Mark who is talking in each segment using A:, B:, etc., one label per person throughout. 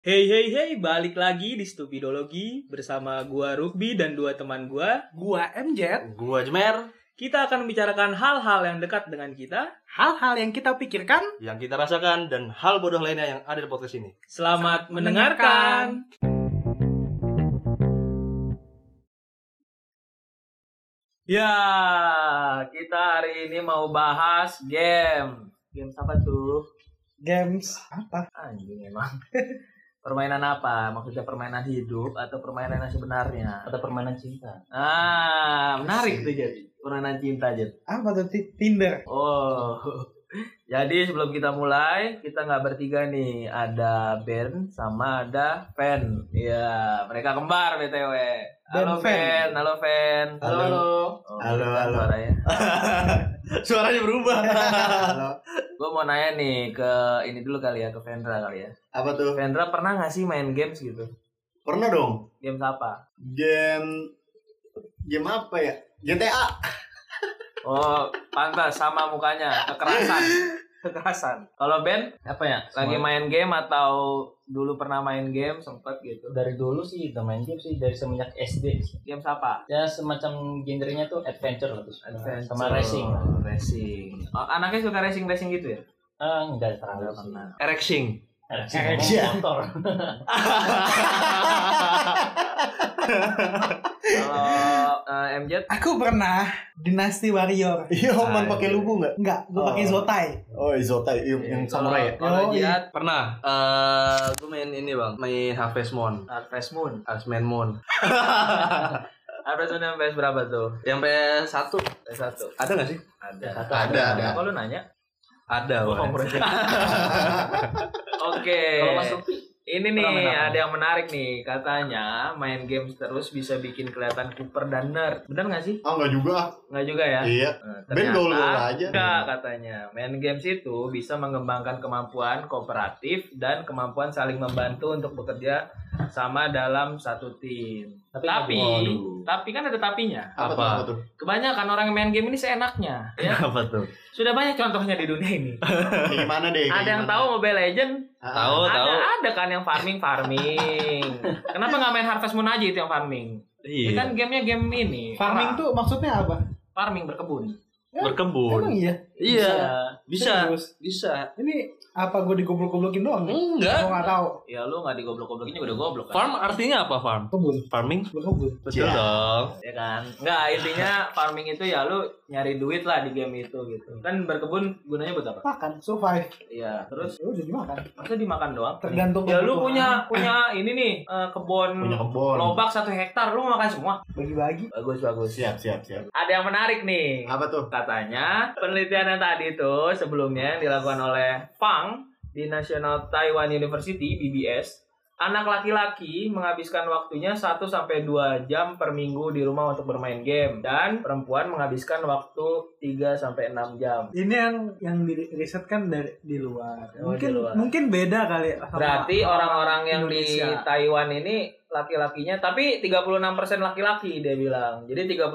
A: Hey hey hey, balik lagi di Stupidologi bersama gua Rugby dan dua teman gua.
B: Gua MJ,
C: Gua Jemer
A: Kita akan membicarakan hal-hal yang dekat dengan kita.
B: hal-hal yang kita pikirkan
C: yang kita rasakan dan hal bodoh lainnya yang ada di podcast ini.
A: Selamat mendengarkan.
B: Ya, kita hari ini mau bahas game.
D: Games apa tuh?
B: Games apa?
D: Anjing emang. permainan apa? Maksudnya permainan hidup atau permainan yang sebenarnya?
E: atau permainan cinta.
D: Ah, menarik tuh jadi. Permainan cinta jadi.
B: Apa tuh Ti- Tinder?
D: Oh. Jadi sebelum kita mulai, kita nggak bertiga nih. Ada Ben sama ada Fen. Iya, mereka kembar BTW. Halo
B: Ben, Fen.
D: Fen, halo Fen.
C: Halo.
D: Oh,
C: Halo,
D: bukan
C: halo.
D: suaranya.
C: Suaranya berubah.
D: Gue mau nanya nih ke ini dulu kali ya, ke Vendra kali ya.
C: Apa tuh?
D: Vendra pernah nggak sih main games gitu?
C: Pernah dong.
D: Games apa?
C: Game game apa ya? GTA.
D: Oh, pantas sama mukanya, kekerasan. Kekerasan. Kalau Ben,
E: Apa ya?
D: lagi main game atau dulu pernah main game sempet gitu?
E: dari dulu sih udah main game sih dari semenjak SD.
D: Games apa?
E: Ya semacam gendernya tuh adventure lah tuh.
C: Nah,
D: Adventure.
E: Sama racing.
D: Racing. Oh, anaknya suka racing-racing gitu ya?
E: Ah, enggak
D: Nggak
E: terlalu sih.
D: pernah.
C: Erection.
E: Racing
B: Action.
E: sama motor.
D: Kalau eh, MJ,
B: Aku pernah Dinasti Warrior.
C: Iya,
D: Oman, pakai
C: lubu enggak?
B: Enggak, gue pakai
C: Oh.
B: Zotai.
C: Oh, Izotai yang, ya? Oh,
D: kalau kalau
B: Yoi.
D: Jihad,
C: iya. Pernah. Eh, gua main ini, Bang. Main Harvest Moon.
D: Harvest Moon.
C: Harvest Moon Moon.
D: Harvest Moon yang PS berapa tuh?
C: Yang PS1
D: PS1.
C: ada nggak sih?
D: Ada.
E: Ada, ada.
D: Kok Oh, lu nanya?
C: Ada.
D: Gua
C: Bang.
D: kompromi. Oke.
E: Kalau Mas Rupi
D: Ini
E: Pernah
D: nih
E: main apa?
D: ada yang menarik nih katanya main games terus bisa bikin kelihatan Cooper dan nerd. Benar nggak sih?
F: Ah nggak juga.
D: Nggak juga ya?
F: Iya.
D: Nah,
F: Ben gaul-gaul aja.
D: nggak katanya. Main games itu bisa mengembangkan kemampuan kooperatif dan kemampuan saling membantu untuk bekerja sama dalam satu tim.
E: Tapi,
D: Tapi,
C: Waduh.
D: tapi kan ada tapinya.
F: Apa,
C: Apa?
F: tuh, apa tuh?
D: Kebanyakan orang yang main game ini seenaknya. Ya,
C: Apa tuh?
D: sudah banyak contohnya di dunia ini.
F: Kayak gimana deh? kayak
D: Ada yang
F: gimana?
D: tahu Mobile Legend?
F: Ah,
C: Tahu,
D: ada,
C: tahu.
D: ada kan yang farming farming. Kenapa nggak main Harvest Moon aja itu yang farming? Ini kan
C: Iya.
D: gamenya game ini.
B: Farming
C: Ah.
D: perang.
B: tuh maksudnya apa?
D: farming berkebun.
B: Emang
C: Berkembun.
B: iya.
C: Iya, bisa.
B: Serius?
C: Bisa.
B: Ini apa gue digoblok-goblokin doang? Gue
C: Enggak.
B: nggak tahu.
D: Ya lu nggak digoblok-goblokin juga udah goblok kan?
C: Farm artinya apa farm?
B: Kebun,
C: Farming?
B: gue kebun.
C: Betul
F: Ya.
C: dong.
D: Ya kan? Nggak, intinya farming itu ya lu nyari duit lah di game itu gitu. Kan berkebun gunanya buat apa?
B: Makan, survive.
D: Iya, terus
B: Ya udah dimakan.
C: Iya,
D: masa dimakan doang?
B: Tergantung.
D: Ya lu
B: kebutuhan.
D: punya punya ini nih eh,
F: Punya
D: kebun
F: kebon.
D: lobak satu hektar lu mau makan semua.
B: bagi-bagi.
D: Bagus bagus.
F: Siap, siap, siap.
D: Ada yang menarik nih.
F: Apa tuh?
D: Katanya penelitian yang tadi itu sebelumnya yang dilakukan oleh Fang di National Taiwan University (BBS) anak laki-laki menghabiskan waktunya 1 sampai 2 jam per minggu di rumah untuk bermain game dan perempuan menghabiskan waktu 3 sampai 6 jam.
B: Ini yang yang di riset kan dari di luar.
D: Oh,
B: mungkin
D: di luar.
B: mungkin beda kali ya sama
D: Berarti orang-orang yang di
B: Indonesia.
D: Taiwan ini laki-lakinya tapi 36% laki-laki dia bilang. Jadi 36%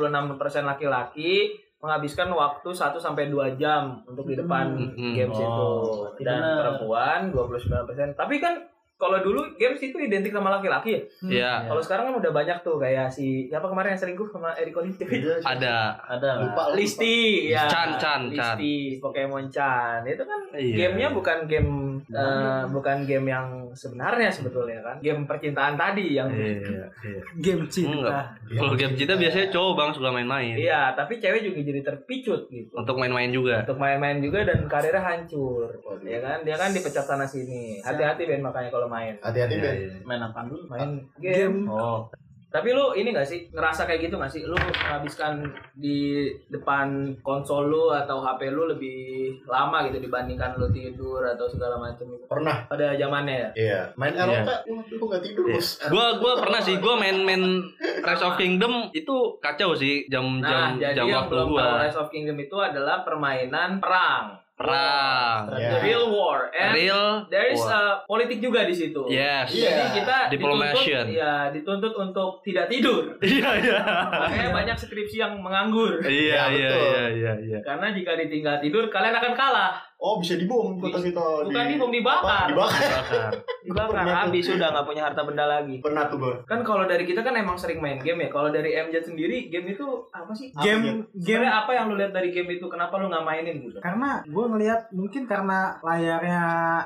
D: laki-laki menghabiskan waktu 1 sampai 2 jam untuk di depan
C: Hmm.
D: games itu.
E: Oh,
D: Dan
E: benar.
D: perempuan 29%. Tapi kan kalau dulu games itu identik sama laki-laki ya.
C: Iya.
E: Ya.
D: Kalau sekarang kan udah banyak tuh kayak si siapa kemarin yang selingkuh sama Eric Olivia.
C: Ada.
E: ada
F: Iya,
E: lah.
F: Lupa lupa.
D: Listi ya.
C: Chan, Chan, Chan.
D: Listi, Pokemon Chan. Itu kan
C: Iya.
D: Gamenya bukan game eh, bukan game yang sebenarnya sebetulnya kan game percintaan tadi yang
C: Iya. iya.
B: game cinta.
C: Enggak.
F: Iya.
C: Kalau Oh, game cinta biasanya cowok bang suka main-main.
D: iya tapi cewek juga jadi terpicut gitu
C: Untuk main-main juga.
D: untuk main-main juga dan karirnya hancur ya kan dia kan dipecat sana sini hati-hati Ben makanya kalau main
F: Hati-hati, Ben.
E: Main apaan dulu? Main.
D: main game
B: Game
E: Oh,
D: tapi lu ini gak sih ngerasa kayak gitu gak sih lu menghabiskan di depan konsol lu atau HP lu lebih lama gitu dibandingkan lu tidur atau segala macam gitu
F: Pernah.
D: pada zamannya ya
F: Iya. Main
C: Iya.
F: ROK, wah, lu nggak tidur,
C: Iya.
F: Bos.
C: Gua gua pernah sih gua main-main Rise of Kingdom itu kacau sih
D: Nah,
C: jam-jam
D: jadi
C: jam
D: yang
C: waktu
D: belum tahu
C: gua.
D: Rise of Kingdom itu adalah permainan perang.
C: Perang.
F: Iya.
D: The real war. And
C: Real.
D: there is
C: war.
D: a politik juga di situ.
C: Yes.
F: Iya.
D: Jadi kita
C: Diplomation.
D: dituntut,
E: iya,
D: ya, dituntut untuk tidak tidur.
C: Iya iya.
D: Makanya banyak skripsi yang menganggur.
C: Iya
F: Ya,
C: iya
F: betul.
C: iya iya iya.
D: Karena jika ditinggal tidur, kalian akan kalah.
G: Oh bisa dibom kota situ.
E: Bukan dibom
G: Apa?
E: dibakar.
G: Dibakar.
C: Bakar.
E: Dibakar
G: Pernah tuh.
E: habis sudah nggak punya harta benda lagi.
G: Pernah tuh gue.
E: Kan kalau dari kita kan emang sering main game ya. Kalau dari MJ sendiri game itu apa sih?
B: game game
E: Sebenarnya apa yang lu lihat dari game itu? Kenapa lu nggak mainin gitu?
B: karena gue ngelihat mungkin karena layarnya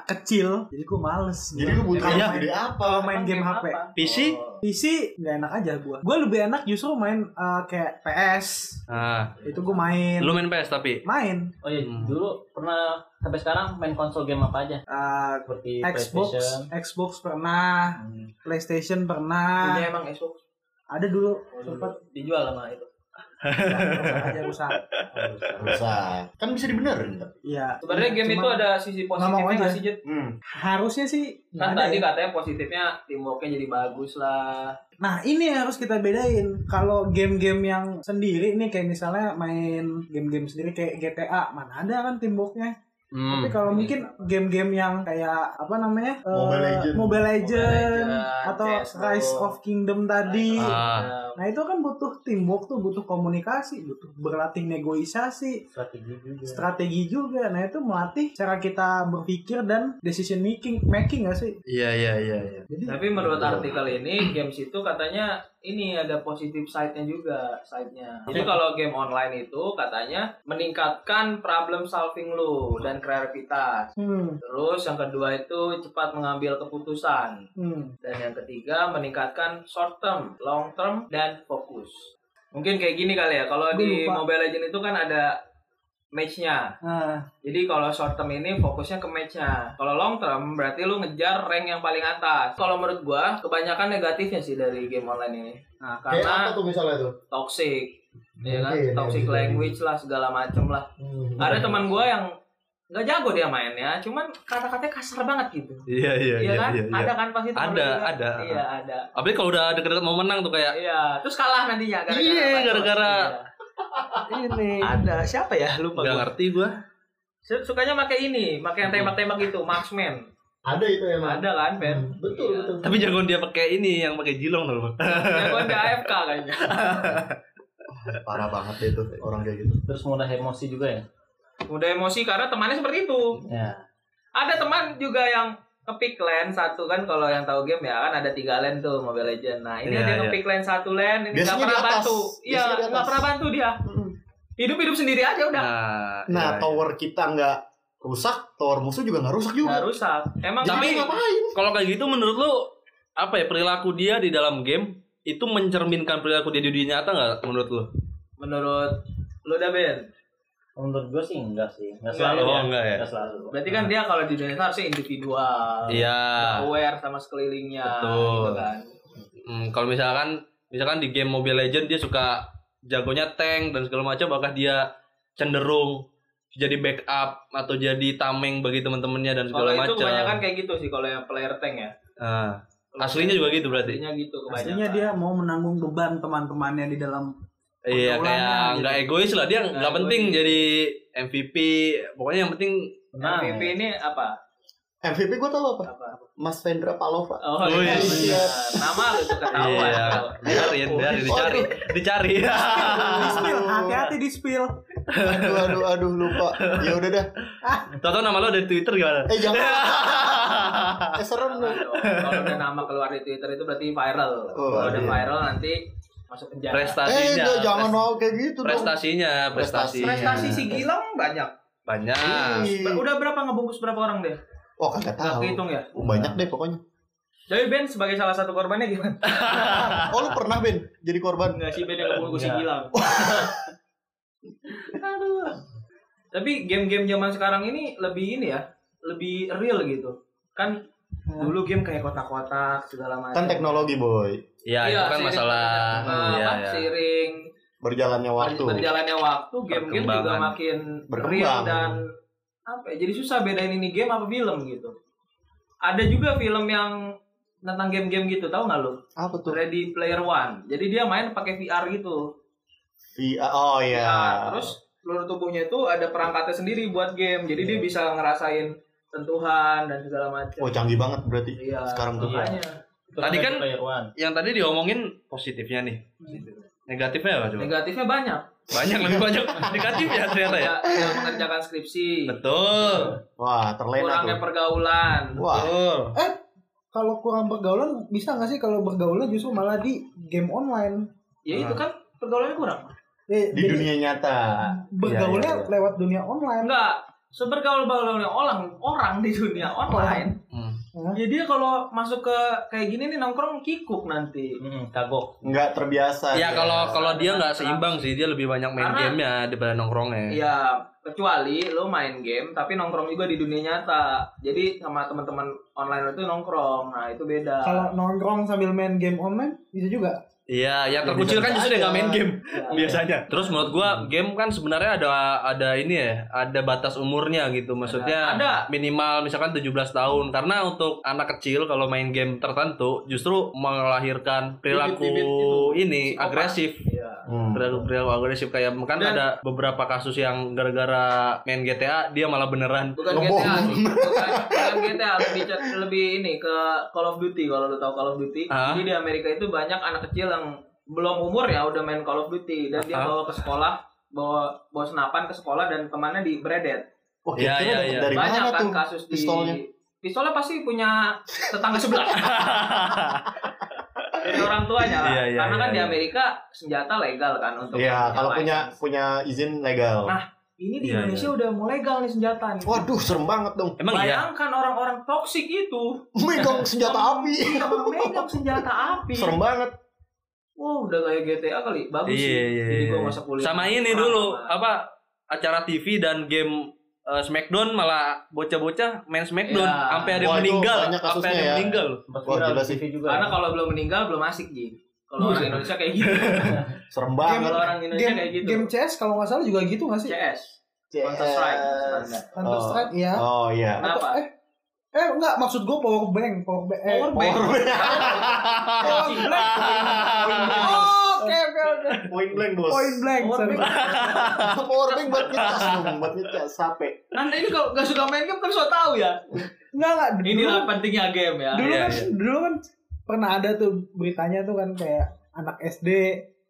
B: kecil jadi gue males
G: Jadi lu
C: Iya.
G: butuh
B: Kalau
G: yang
B: main-
G: gede apa?
C: Oh,
B: kalau main game HP
E: Kan apa?
C: PC?
G: Oh.
B: PC nggak enak aja gue gue lebih enak justru main eh, kayak PS
C: Ah,
B: itu gue main
C: lu main PS tapi.
B: main
H: Oh iya,
C: Hmm.
H: dulu pernah sampai sekarang main konsol game apa aja?
B: eh,
H: Seperti
B: Xbox Ah.
H: PlayStation.
B: Xbox pernah
H: Hmm.
B: PlayStation
E: Ini
B: pernah
E: emang Xbox
B: ada dulu
E: Iya. sempat dijual sama itu.
B: rusak aja rusak
G: Rusak. Kan bisa dibenerin. Tat.
B: iya
E: Sebenarnya
B: Cuma
E: game itu ada sisi
B: nggak mau
E: positifnya nggak
B: aja.
E: sih, Jet?
G: Hmm.
B: harusnya sih nggak
E: Kan
B: ada
E: tadi
B: ya.
E: katanya positifnya teamworknya jadi bagus lah.
B: Nah ini yang harus kita bedain Kalau game-game yang sendiri nih Kayak misalnya main game-game sendiri Kayak GTA Mana ada kan timboknya Tapi
C: Hmm.
B: kalau mungkin game-game yang kayak Apa namanya Eh,
G: Mobile Legends.
B: Mobile Legends,
E: Mobile Legends,
B: Atau
E: CS:GO.
B: Rise of Kingdom tadi
C: Ah,
E: Nah,
B: Nah itu kan butuh teamwork tuh Butuh komunikasi Butuh berlatih negosiasi
H: Strategi
G: Iya.
H: juga.
B: Strategi juga Nah itu melatih cara kita berpikir Dan decision making Making gak sih?
C: iya iya iya iya.
B: Jadi
E: Tapi menurut artikel ini games itu katanya ini ada positif side-nya juga, side-nya. Jadi kalau game online itu katanya meningkatkan problem solving lu dan kreativitas.
B: hmm,
E: Terus yang kedua itu cepat mengambil keputusan
B: hmm.
E: dan yang ketiga meningkatkan short term, long term dan fokus. Mungkin kayak gini kali ya. Kalau
B: Gua
E: di
B: lupa.
E: Mobile Legends itu kan ada match-nya.
B: Nah,
E: Jadi kalau short term ini fokusnya ke match-nya. Kalau long term berarti lu ngejar rank yang paling atas. Kalau menurut gua kebanyakan negatifnya sih dari game online ini. Nah,
G: Kayak apa
E: karena
G: tuh misalnya tuh?
E: toxic ya kan?
G: Mungkin,
E: toxic
G: ya, bisa
E: language lah segala macem lah.
G: Hmm.
E: Ada teman gua yang nggak jago dia mainnya, cuman kata-katanya kasar banget gitu.
C: Iya iya
E: Iya
C: iya
E: kan?
C: iya.
E: Ada
C: iya.
E: kan pasti temen
C: Ada,
E: lu juga?
C: ada.
E: Iya, ada.
C: Apalagi kalau udah deket-deket mau menang tuh kayak
E: Iya, terus kalah nantinya
C: Iya, gara-gara-
E: Iya.
C: ini.
E: ada siapa ya? Lupa
C: Gak
E: gua.
C: ngerti gua.
E: Sukanya pakai ini, pakai yang tembak-tembak itu, marksman.
G: Ada itu
C: Iya.
G: emang.
E: Ada kan, Ben?
G: Hmm, Betul
E: Iya.
G: betul.
C: Tapi jagoan dia pakai ini yang pakai jilong loh. Bang.
E: Ya, gua udah AFK kayaknya.
G: Parah banget deh itu orang kayak gitu.
H: Terus mudah emosi juga ya.
E: Udah emosi karena temannya seperti itu.
H: Ya.
E: Ada teman juga yang ngepick lane satu kan kalau yang tahu game ya kan ada tiga lane tuh Mobile Legend. Nah ini
C: Iya,
E: dia
C: iya.
E: ngepick lane satu lane ini nggak
G: Biasanya
E: pernah
G: di atas.
E: bantu. Iya
G: Biasanya di atas.
E: nggak pernah bantu dia. Hidup hidup sendiri aja udah.
C: Nah,
G: Nah
C: Hmm. iya,
G: tower kita nggak rusak, tower musuh juga nggak rusak
E: Nggak
G: juga.
E: rusak. Emang
G: Jadi
C: Tapi-
G: ngapain?
C: iya. kalau kayak gitu menurut lu apa ya perilaku dia di dalam game itu mencerminkan perilaku dia di dunia nyata nggak menurut lu?
E: menurut lu udah Ben.
H: Menurut gue sih enggak sih.
E: Enggak,
H: Enggak selalu
E: oh,
H: ya.
C: enggak ya?
H: Enggak selalu.
E: Berarti kan dia kalau di dunia nyata harusnya individual.
C: Iya.
E: Aware sama sekelilingnya.
C: Betul.
E: gitu kan.
C: Hmm, kalau misalkan misalkan di game Mobile Legend dia suka jagonya tank dan segala macam bahkan dia cenderung jadi backup atau jadi tameng bagi teman-temannya dan segala
E: Kalau itu
C: macam.
E: kebanyakan kayak gitu sih kalau yang player tank ya.
C: Ah, aslinya juga gitu berarti.
E: Aslinya gitu kebanyakan.
B: Pastinya dia mau menanggung beban teman-temannya di dalam
C: Iya
B: pergaulannya
C: kayak
B: gitu.
C: nggak egois lah dia nggak
E: Nggak
C: penting jadi MVP pokoknya yang penting
H: Nah,
E: MVP
G: iya.
E: ini apa?
G: MVP gue tau apa?
E: Apa?
G: Mas Vendra Palova.
E: Oh,
C: Wih.
E: iya, bener. Nama lu tuh ketahuan.
C: Iya. dicari dicari dicari dicari.
B: di spill hati-hati di spill
G: Aduh aduh aduh lupa. Ya udah dah.
C: Tahu-tahu nama lo dari Twitter gimana?
G: Eh jangan. eh serem
E: Jangan
G: lu.
E: dong. Kalau udah nama keluar di Twitter itu berarti viral.
G: Oh,
E: Kalau udah
G: iya.
E: viral nanti masuk penjara.
G: Eh
C: Prestasinya.
G: nggak, jangan
C: pres-
G: mau kayak gitu dong.
C: prestasinya, prestasinya.
E: Prestasi si Gilang banyak.
C: banyak.
G: Ih.
E: Udah berapa ngebungkus berapa orang deh?
G: Wah
E: Nggak
G: kagak tahu.
E: kehitung ya.
G: Banyak deh pokoknya.
E: Tapi Ben sebagai salah satu korbannya gimana?
G: Oh lu pernah Ben jadi korban?
E: Enggak sih Ben yang ngebungkus si
H: Nggak.
E: Gilang. Aduh. Tapi game-game zaman sekarang ini lebih ini ya, lebih real gitu. Kan dulu game kayak kotak-kotak segala macam.
G: Kan teknologi boy.
C: Iya, itu kan
E: seiring-
C: masalah
E: eh,
C: iya,
E: apa,
C: iya.
E: seiring
G: Berjalannya Oh, waktu.
E: berjalannya waktu game-game juga
C: Perkembangan.
E: makin real
G: Berkembang.
E: dan apa ya, jadi susah bedain ini game apa film gitu ada juga film yang tentang game-game gitu tahu nggak lu
G: Apa tuh?
E: Ready Player One jadi dia main pakai VR gitu
G: Iya. Oh iya.
E: VR. terus seluruh tubuhnya itu ada perangkatnya sendiri buat game jadi dia bisa ngerasain sentuhan dan segala macam
G: Iya. Oh canggih banget berarti
E: iya
G: sekarang tuh.
E: makanya.
H: Itu
C: Tadi
H: dari
C: kan-
H: player one.
E: Hmm.
C: Yang tadi diomongin positifnya nih. Negatifnya apa coba?
E: Negatifnya banyak.
C: Banyak lebih banyak negatif ya ternyata ya.
E: Tidak tidak mengerjakan skripsi.
C: Betul.
G: Wah, terlena
E: Kurangnya
G: tuh.
E: pergaulan.
G: Wah,
C: Betul.
B: Kalau kurang pergaulan bisa nggak sih kalau bergaulnya justru malah di game online?
E: Ya itu kan pergaulannya kurang.
B: Eh,
G: di
B: be-
G: dunia nyata.
B: Bergaulnya
G: Iya, iya, iya.
B: lewat dunia online.
E: Enggak. Sebergaul-gaulnya orang orang di dunia online.
C: Hmm.
E: Jadi dia kalau masuk ke kayak gini nih nongkrong kikuk nanti.
H: Mm-mm, kagok.
G: Nggak terbiasa.
C: Ya
G: dia.
C: kalau kalau dia nggak seimbang sih, dia lebih banyak main
E: Karena-
C: gamenya daripada nongkrongnya.
E: Ya, kecuali lo main game tapi nongkrong juga di dunia nyata. Jadi sama teman-teman online itu nongkrong. Nah, itu beda.
B: Kalau nongkrong sambil main game online bisa juga.
C: Iya, yang
G: Ya,
C: terkucil
G: bisa
C: kan justru
G: aja.
C: yang nggak main game
E: Ya.
C: biasanya. Terus menurut gua game kan sebenarnya ada ada ini ya, ada batas umurnya gitu. Maksudnya
E: Ada.
C: minimal misalkan 17 tahun karena untuk anak kecil kalau main game tertentu justru melahirkan perilaku
D: Bibit-bibit gitu.
C: ini
E: Psikopat.
C: agresif.
E: Iya.
G: Hmm.
C: perilaku perilaku agresif kayak kan
E: Dan-
C: ada beberapa kasus yang gara-gara main GTA dia malah beneran
E: Bukan
G: Ngebohong.
E: GTA sih. Bukan, bukan GTA, lebih cat- lebih ini ke Call of Duty kalau lu tahu Call of Duty.
C: Ah.
E: Jadi di Amerika itu banyak anak kecil yang belum umur ya udah main Call of Duty dan dia
C: Ah.
E: bawa ke sekolah bawa bawa senapan ke sekolah dan temannya di bredet
G: Wah,
C: Iya,
G: kira-kira
C: iya,
G: dapat
C: iya.
G: Oh, dari
E: banyak
G: mana
E: kan
G: tuh?
E: kasus di
G: pistolnya?
E: pistolnya pasti punya tetangga sebelah dari orang tuanya lah
C: Iya, iya,
E: karena kan
C: iya,
E: di
C: iya.
E: Amerika senjata legal kan untuk
G: Iya,
E: yang
G: kalau punya
E: license.
G: punya izin legal.
E: Nah. ini di
C: Iya,
E: Indonesia udah mau legal nih senjata nih
G: Waduh, serem banget dong.
C: emang iya
E: bayangkan orang-orang toksik itu
G: Megang senjata api.
E: Iya, memegang senjata api.
G: Serem banget.
E: Wow, udah kayak GTA kali. Bagus sih.
C: Iya, iya,
E: Jadi gua
C: iya.
E: masa kuliah.
C: sama ini
E: Perang
C: dulu
E: sama-
C: apa acara TV dan game eh, Smackdown malah bocah-bocah main Smackdown
E: Iya.
C: sampai ada yang
G: Wah, itu
C: meninggal
G: banyak
C: sampai ada
G: kasusnya
C: yang
G: ya.
C: meninggal
H: Sempat
G: Wah,
H: viral
G: gila
H: di
G: sih.
H: TV juga.
E: Karena kalau belum meninggal belum asik, Ji. Kalau orang Indonesia kayak gitu.
G: Serem
E: Kalau
G: banget.
E: orang Indonesia
B: Game,
E: kayak gitu.
B: game CS kalau nggak salah juga gitu nggak sih?
E: CS.
G: CS.
E: Counter Strike. sebenarnya.
B: Counter
G: Oh.
B: Strike ya.
G: Oh iya.
E: Kenapa?
B: Eh, eh enggak maksud gue power bank, power bank. Eh,
E: Power bank.
G: Power blank.
B: Power blank. Oh, Oke oke oke.
G: Point blank, Bos.
B: Point blank.
E: Power
B: sorry.
E: bank.
G: Power blank buat ngecas dong, buat ngecas sape.
E: Anda ini kalau nggak suka main game tapi so tau ya.
B: Enggak enggak. Dulu,
E: Inilah pentingnya game ya.
B: dulu
C: Iya,
B: kan
C: iya.
B: dulu kan pernah ada tuh beritanya tuh kan kayak anak SD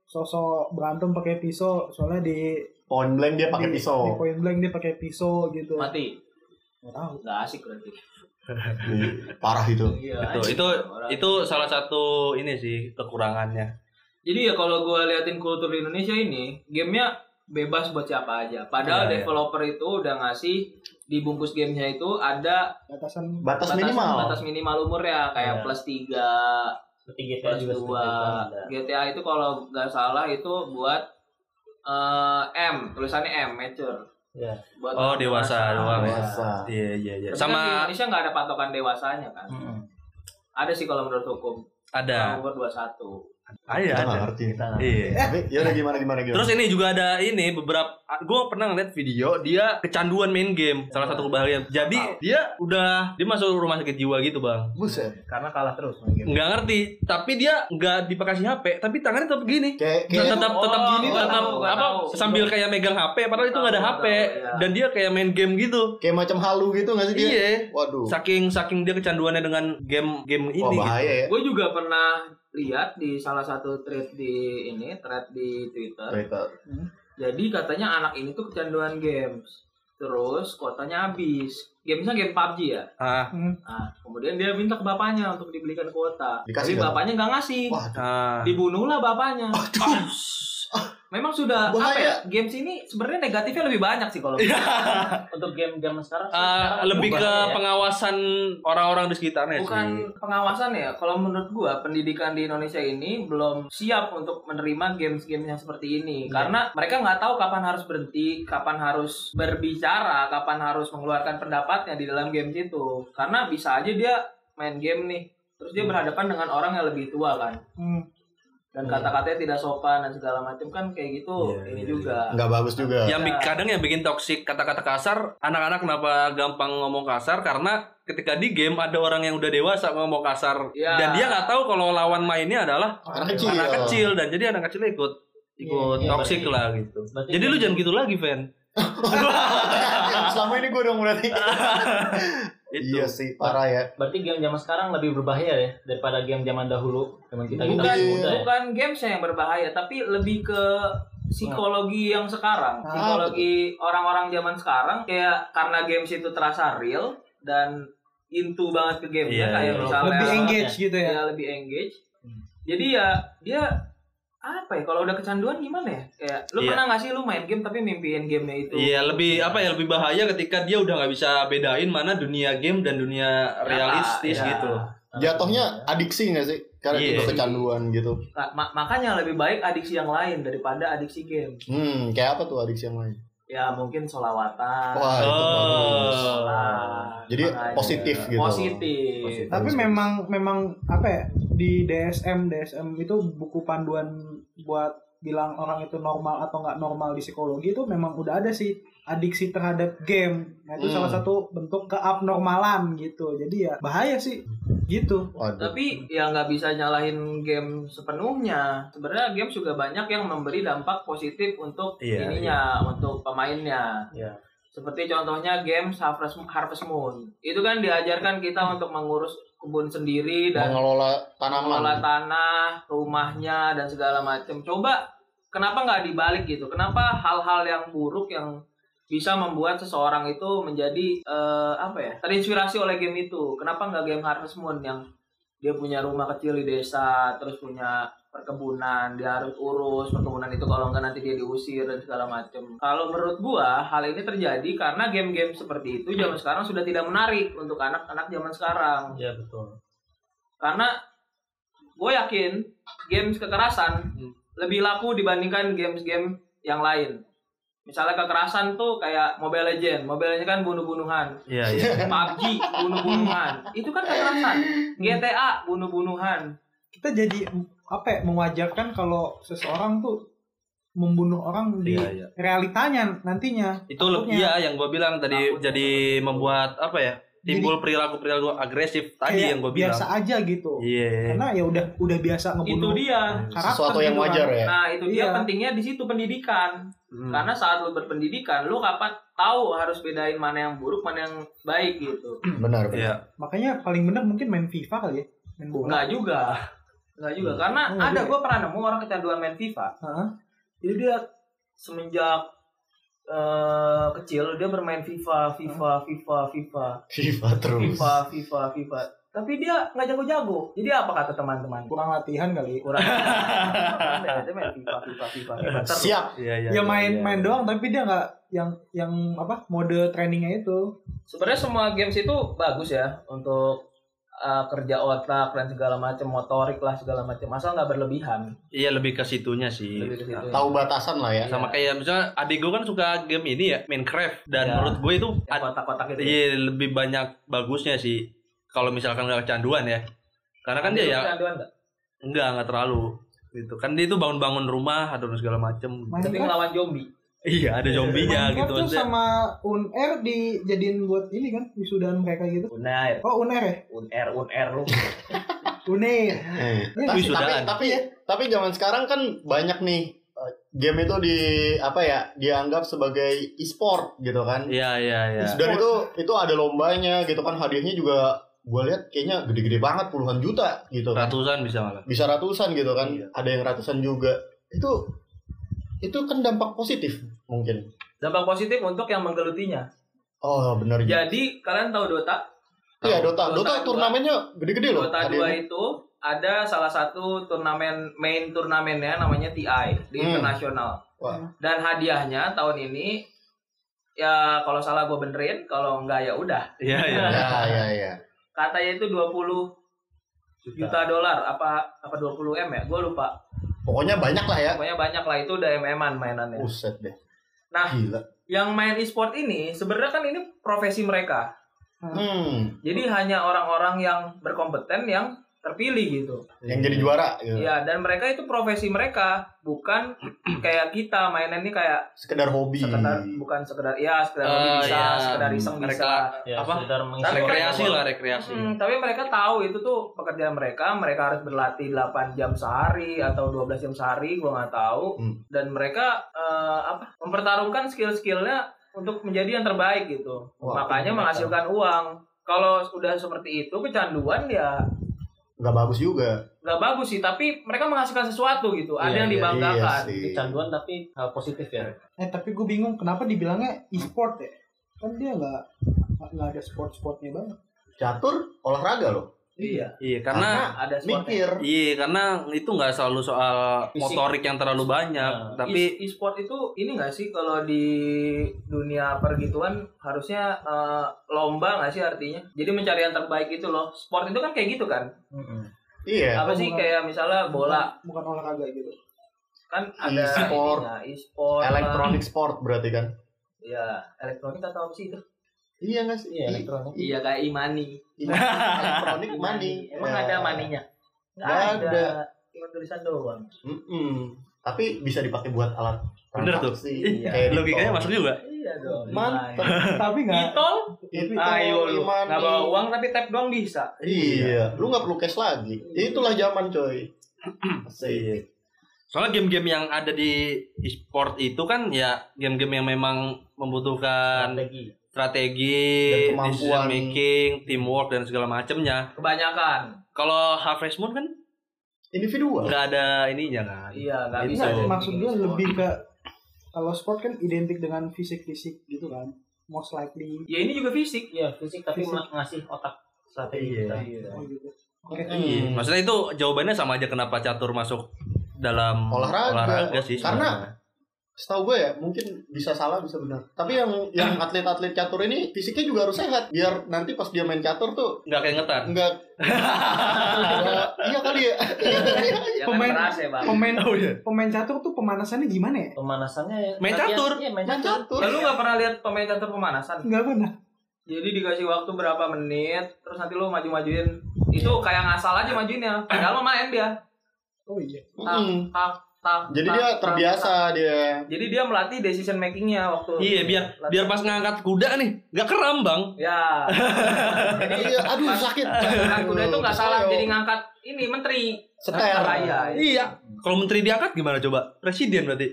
B: sosok berantem pakai pisau soalnya di
G: Point blank dia pakai
B: di- di
G: pisau.
B: point blank dia pakai pisau gitu
E: Mati.
B: Nggak tahu
E: Nggak asik berarti.
G: Ih, Parah itu.
E: Iya.
C: itu
E: asik.
C: itu
E: Orang.
C: itu salah satu ini sih kekurangannya
E: Jadi ya kalau gue liatin kultur Indonesia ini, gamenya bebas buat siapa aja. Padahal
C: Iya, iya.
E: developer itu udah ngasih dibungkus gamenya itu ada
B: batasan
G: Batas
E: batasan-
G: minimal.
E: batas minimal umurnya kayak
H: Iya.
E: plus 3,
H: seperti GTA
E: plus
H: Iya, juga seperti itu
E: 2.
H: ada.
E: GTA itu kalau nggak salah itu buat eh, M, tulisannya M, mature.
H: Iya.
E: Buat
C: Oh,
E: orang
C: dewasa doang ya.
G: Biasa.
C: iya iya iya
E: Tapi kan di
C: sama
E: Indonesia nggak ada patokan dewasanya kan.
G: Hmm,
H: Mm-mm.
E: Ada sih kalau menurut hukum.
C: ada
E: Umur 21.
C: Iya, ada
G: Ah, Kita nggak
C: ada
G: ngerti.
H: Kita nggak-
C: iya
G: Tapi ya udah gimana gimana gimana.
C: Terus ini juga ada ini beberapa gue pernah ngeliat video dia kecanduan main game salah satu kebahagiaan. Jadi dia udah dia masuk rumah sakit jiwa gitu bang.
G: buset.
H: Karena kalah terus main
E: gitu.
H: game.
C: Nggak ngerti. Tapi dia nggak dipakasi HP. Tapi tangannya tetap gini.
G: Kayak kayak
C: Tetap tetap
E: Oh,
C: gini
E: gua
C: tetap
E: tahu, gua
C: apa
E: tahu.
C: sambil kayak megang HP padahal itu nggak ada
E: Tahu,
C: HP
E: tahu, iya.
C: dan dia kayak main game gitu.
G: kayak macam halu gitu nggak sih dia?
C: Iya.
G: Waduh.
C: Saking saking dia kecanduannya dengan game game
G: Wah
C: ini. gitu.
G: bahaya ya.
E: Gue juga pernah lihat di salah satu thread di ini, thread di Twitter.
G: Twitter.
E: Jadi katanya anak ini tuh kecanduan games. Terus kuotanya habis. Gamesnya game PUBG ya.
C: Ah,
E: Nah, kemudian dia minta ke bapaknya untuk dibelikan kuota.
G: Dikasih
E: Tapi
G: nggak?
E: bapaknya nggak ngasih.
G: Waduh.
C: ah.
E: Dibunuhlah bapaknya.
G: Aduh.
E: Memang sudah
G: Bahaya.
E: apa ya? Games ini sebenarnya negatifnya lebih banyak sih kalau.
H: Untuk game zaman sekarang, sih,
C: Ah,
H: sekarang
C: lebih ke
H: berubah ya.
C: pengawasan orang-orang di sekitarnya sih.
E: Bukan pengawasan ya. Kalau menurut gua pendidikan di Indonesia ini belum siap untuk menerima games-games yang seperti ini
C: Iya.
E: karena mereka nggak tahu kapan harus berhenti, kapan harus berbicara, kapan harus mengeluarkan pendapatnya di dalam games itu. Karena bisa aja dia main game nih, terus
C: Hmm.
E: dia berhadapan dengan orang yang lebih tua kan.
B: hmm.
E: Dan kata-katanya tidak sopan dan segala macam kan kayak gitu.
C: Iya,
E: ini
C: iya,
E: juga.
G: Nggak bagus juga.
C: yang bi-
E: Ya.
C: kadang yang bikin toksik kata-kata kasar anak-anak kenapa gampang ngomong kasar karena ketika di game ada orang yang udah dewasa ngomong kasar
E: Ya.
C: dan dia nggak tahu kalau lawan mainnya adalah
G: Anak kecil.
C: Iya, anak kecil dan jadi anak kecil ikut ikut
H: Iya,
C: toksik
H: berarti-
C: lah gitu
H: berarti
C: jadi lu jangan gitu lagi Fen
G: Selama ini gue dong berarti.
C: Itu.
G: Iya sih, parah ya.
H: Berarti game zaman sekarang lebih berbahaya ya daripada game zaman dahulu. Zaman kita kita
G: Bukan.
H: masih muda ya.
E: Bukan gamesnya yang berbahaya, tapi lebih ke psikologi yang sekarang,
G: Ah,
E: psikologi orang-orang zaman sekarang kayak karena games itu terasa real dan into banget ke game
C: Iya,
E: kayak
C: iya. Hmm.
E: misalnya
B: lebih
H: Soalnya-
B: engage gitu
E: ya.
B: ya
E: lebih engage. Jadi ya dia apa ya kalau udah kecanduan gimana ya? Kayak lu
C: Iya.
E: pernah nggak sih lu main game tapi mimpiin gamenya itu?
C: Iya lebih apa ya lebih bahaya ketika dia udah nggak bisa bedain mana dunia game dan dunia realistis
E: iya.
C: gitu.
G: Jatuhnya adiksi nggak sih? Karena
C: Iya.
G: itu kecanduan gitu.
E: Nah, ma- makanya lebih baik adiksi yang lain daripada adiksi game.
G: Hmm, kayak apa tuh adiksi yang lain?
E: Ya mungkin solawatan.
G: Wah, itu bagus.
C: Oh.
E: sholat,
G: Jadi
E: makanya.
G: positif gitu.
E: Positif.
G: Positif.
C: Iya,
B: tapi memang memang apa ya di DSM DSM itu buku panduan buat bilang orang itu normal atau nggak normal di psikologi itu memang udah ada sih adiksi terhadap game nah itu
G: Hmm.
B: salah satu bentuk keabnormalan gitu jadi ya bahaya sih gitu
G: Waduh.
E: Tapi ya nggak bisa nyalahin game sepenuhnya. Sebenarnya game juga banyak yang memberi dampak positif untuk
C: Iya,
E: ininya, untuk pemainnya. Seperti contohnya game Harvest Harvest Moon. Itu kan diajarkan
C: Hmm.
E: kita untuk mengurus kebun sendiri dan
G: mengelola
E: mengelola
G: tanaman.
E: tanah, rumahnya dan segala macam. Coba kenapa nggak dibalik gitu? Kenapa hal-hal yang buruk yang bisa membuat seseorang itu menjadi eh, apa ya terinspirasi oleh game itu? Kenapa nggak game Harvest Moon yang dia punya rumah kecil di desa, terus punya perkebunan, dia harus urus perkebunan itu kalau nggak nanti dia diusir dan segala macam. Kalau menurut gua hal ini terjadi karena game-game seperti itu zaman sekarang sudah tidak menarik untuk anak-anak zaman sekarang
H: Iya betul.
E: karena gue yakin games kekerasan
B: Hmm.
E: lebih laku dibandingkan games-game yang lain. Misalnya kekerasan tuh kayak Mobile Legend, Mobile Legend kan bunuh-bunuhan,
C: Iya iya.
E: PUBG bunuh-bunuhan, itu kan kekerasan. GTA bunuh-bunuhan,
B: kita jadi apa ya, mewajarkan kalau seseorang tuh membunuh orang di
C: Iya, iya.
B: realitanya nantinya
C: Itu lebih
B: Takutnya.
C: ya yang gue bilang tadi
E: Takutnya.
C: jadi membuat apa ya timbul perilaku perilaku agresif tadi
B: kayak
C: yang gue bilang.
B: biasa aja gitu
C: Iya.
B: karena ya udah udah biasa
E: itu
B: ngebunuh
E: dia.
B: karakter
G: Sesuatu yang
B: gitu kan.
G: wajar ya.
E: Nah itu dia
B: Iya. Hmm.
E: pentingnya di situ pendidikan.
C: Hmm,
E: Karena saat lu berpendidikan, lu kapan tahu harus bedain mana yang buruk, mana yang baik gitu.
G: Benar, benar.
C: Iya.
B: makanya paling bener mungkin main FIFA kali ya main bola
E: Enggak juga, enggak juga. Karena
B: Iya. Nggak
E: ada
B: juga.
E: gue pernah nemu orang kecanduan main FIFA.
B: Heeh.
E: Jadi dia semenjak eh, kecil dia bermain FIFA, FIFA, FIFA, FIFA,
C: Ah,
G: FIFA terus.
E: FIFA, FIFA, FIFA. Tapi dia nggak jago-jago. Jadi apa kata teman-teman?
B: kurang latihan
C: Iya,
B: kali
E: Kurang. dia main FIFA, FIFA, FIFA, FIFA. Terus.
G: Siap.
C: Iya iya.
B: ya main
C: iya,
B: main
C: iya.
B: doang tapi dia nggak yang yang apa mode trainingnya itu
E: Sebenarnya semua games itu bagus ya untuk eh, kerja otak dan segala macam motorik lah segala macam asal nggak berlebihan
C: Iya lebih ke situnya sih.
E: Lebih ke situ.
G: Tahu batasan lah ya.
C: Sama kayak misalnya adik gue kan suka game ini ya Minecraft dan
E: Iya.
C: menurut gue itu
E: Yang kotak-kotak itu ya.
C: Iya lebih banyak bagusnya sih kalau misalkan nggak kecanduan ya. Karena kan dia ya
E: Kecanduan nggak?
C: enggak enggak terlalu gitu kan dia itu bangun-bangun rumah atau segala macem.
E: tapi
B: Minecraft,
E: ngelawan zombie
C: Iya ada
B: Minecraft
C: zombinya gitu
B: kan tuh
C: maksudnya.
B: sama UNR dijadiin buat ini kan wisudahan mereka gitu
E: unair
B: oh UNR ya
E: unair unair lu
B: UNER
G: Eh,
B: Ini
G: tapi, tapi
C: wisudaan.
G: tapi tapi zaman sekarang kan banyak nih eh, game itu di apa ya dianggap sebagai e-sport gitu kan.
C: Iya iya iya.
G: Dan itu itu ada lombanya gitu kan hadiahnya juga gue lihat kayaknya gede-gede banget puluhan juta gitu kan.
C: Ratusan bisa malah.
G: Bisa ratusan gitu kan.
C: Iya.
G: Ada yang ratusan juga. Itu itu kan dampak positif mungkin.
E: dampak positif untuk yang menggelutinya
C: Hmm.
G: Oh benar juga.
E: Jadi kalian tahu Dota?
G: Iya Dota,
E: Dota
G: Dota,
E: dua.
G: turnamennya gede-gede loh.
E: Dota
C: Iya,
G: hadiahnya.
E: 2 itu ada salah satu turnamen main turnamennya namanya TI di
G: Hmm.
E: internasional.
G: Wah.
E: Dan hadiahnya tahun ini ya kalau salah gue benerin, kalau enggak ya udah.
C: Iya iya.
G: Ya ya ya.
E: Katanya itu 20 juta dolar apa apa 20 M ya? Gue lupa.
G: Pokoknya banyak lah ya.
E: Pokoknya banyak lah itu udah MM-an mainannya.
G: Buset deh.
E: Nah.
G: gila.
E: Yang main e-sport ini sebenarnya kan ini profesi mereka.
G: Hmm,
E: Jadi hanya orang-orang yang berkompeten yang terpilih gitu.
G: yang jadi juara gitu.
E: Iya, dan mereka itu profesi mereka, bukan kayak kita mainan ini kayak
G: Sekedar hobi.
E: sekedar bukan sekedar ya sekedar hobi
C: Eh,
E: bisa,
C: iya.
E: sekedar iseng bisa.
C: Mereka- ya
H: Ya,
C: Apa?
H: sekedar mengisi
E: Tapi
C: Rekreasi
H: waktu.
C: lah rekreasi.
E: Hmm, tapi mereka tahu itu tuh pekerjaan mereka, mereka harus berlatih 8 jam sehari atau 12 jam sehari, gua nggak tahu.
G: Hmm.
E: Dan mereka eh, apa? mempertaruhkan skill-skillnya untuk menjadi yang terbaik gitu.
G: Wah,
E: Makanya
G: mereka.
E: menghasilkan uang. kalau udah seperti itu kecanduan ya
G: nggak bagus juga.
E: nggak bagus sih tapi mereka menghasilkan sesuatu gitu ada yang
H: Iya, iya,
E: dibanggakan
G: sih.
C: Iya.
H: Kecanduan tapi uh, positif ya.
B: Eh tapi gue bingung kenapa dibilangnya e-sport ya? Kan dia nggak nggak ada sport-sportnya banget.
G: Catur olahraga loh.
E: iya
C: Iya, karena
E: ada sportnya
G: Mikir.
C: iya karena itu nggak selalu soal
H: Fisik.
C: motorik yang terlalu banyak,
H: Nah,
C: tapi
E: E- e-sport itu ini nggak sih kalau di dunia pergituan harusnya eh, lomba nggak sih artinya jadi mencari yang terbaik itu loh sport itu kan kayak gitu kan
G: Iya.
E: apa sih
B: Bukan.
E: kayak misalnya bola
B: Bukan, bukan olahraga gitu.
E: kan ada
G: E-sport.
E: ininya, e-sport lah.
G: Electronic sport berarti kan.
E: ya elektronik atau apa sih itu
G: Iya nggak sih?
H: Iya, elektronik.
G: Iya.
E: iya kayak e-money
G: Electronic money.
E: emang
G: Ya.
E: ada maninya nggak
G: Nggak
E: ada,
G: ada.
E: cuma tulisan doang
G: Mm-mm. Tapi bisa dipakai buat alat
C: Bener tuh.
G: transaksi.
E: Iya.
G: Kayak di
C: logikanya
G: tol.
C: masuk juga.
E: iya dong
G: Mantap.
B: tapi nggak.
E: Itol?
G: Itu
E: Ayo lu,
G: e-money.
E: nggak bawa uang tapi tap doang bisa.
G: Iya, lu nggak perlu cash lagi. Ya itulah zaman coy. Asik.
C: Soalnya game-game yang ada di e-sport itu kan ya game-game yang memang membutuhkan
H: Strategi.
C: strategi,
G: Dan kemampuan.
C: decision making, teamwork dan segala macemnya.
E: Kebanyakan.
C: Kalau Harvest Moon kan
G: Individual.
C: nggak ada ininya kan.
E: Iya, nggak
C: Itu.
E: bisa.
B: Nggak,
E: jadi
B: Nah, maksud gue
E: sport.
B: lebih ke kalau sport kan identik dengan fisik-fisik gitu kan. Most likely gitu
E: Ya ini juga fisik.
H: Iya, fisik tapi
B: Fisik.
H: ng- ngasih otak strategi.
C: Iya.
H: Iya.
B: oh gitu. Oke.
C: Iya, Maksudnya itu jawabannya sama aja kenapa catur masuk dalam
G: Olahraga.
C: olahraga sih.
G: Karena- Setahu gue ya, mungkin bisa salah bisa benar. Tapi yang yang atlet-atlet catur ini fisiknya juga harus sehat biar nanti pas dia main catur tuh
C: nggak keingetan.
G: enggak iya kali ya. Iya kali ya.
E: Ya
B: Pemain-
E: kan keras ya, Bang.
B: Pemain pemain catur tuh pemanasannya gimana ya?
H: Pemanasannya
C: Main
H: latihan-
C: catur.
H: Iya, main
G: Main
H: catur.
G: catur.
E: Lalu nggak pernah lihat pemain catur pemanasan.
B: Nggak pernah.
E: Jadi dikasih waktu berapa menit, terus nanti lu maju-majuin. Itu kayak ngasal aja majuinnya. Padahal mah main dia.
B: Oh iya.
G: Mm-mm.
E: Tak, tak,
G: Jadi
E: tak,
G: dia
E: tak,
G: terbiasa
E: tak.
G: dia.
E: Jadi dia melatih decision makingnya waktu.
C: Iya, biar biar pas ngangkat kuda nih nggak keram bang.
E: Ya. Jadi
G: Iya, aduh sakit.
E: Kan kuda itu nggak
G: Kesel,
E: salah
G: yo.
E: jadi ngangkat ini menteri.
G: seter.
E: Bahaya. ya.
C: Iya. Kalau menteri diangkat gimana coba? Presiden berarti.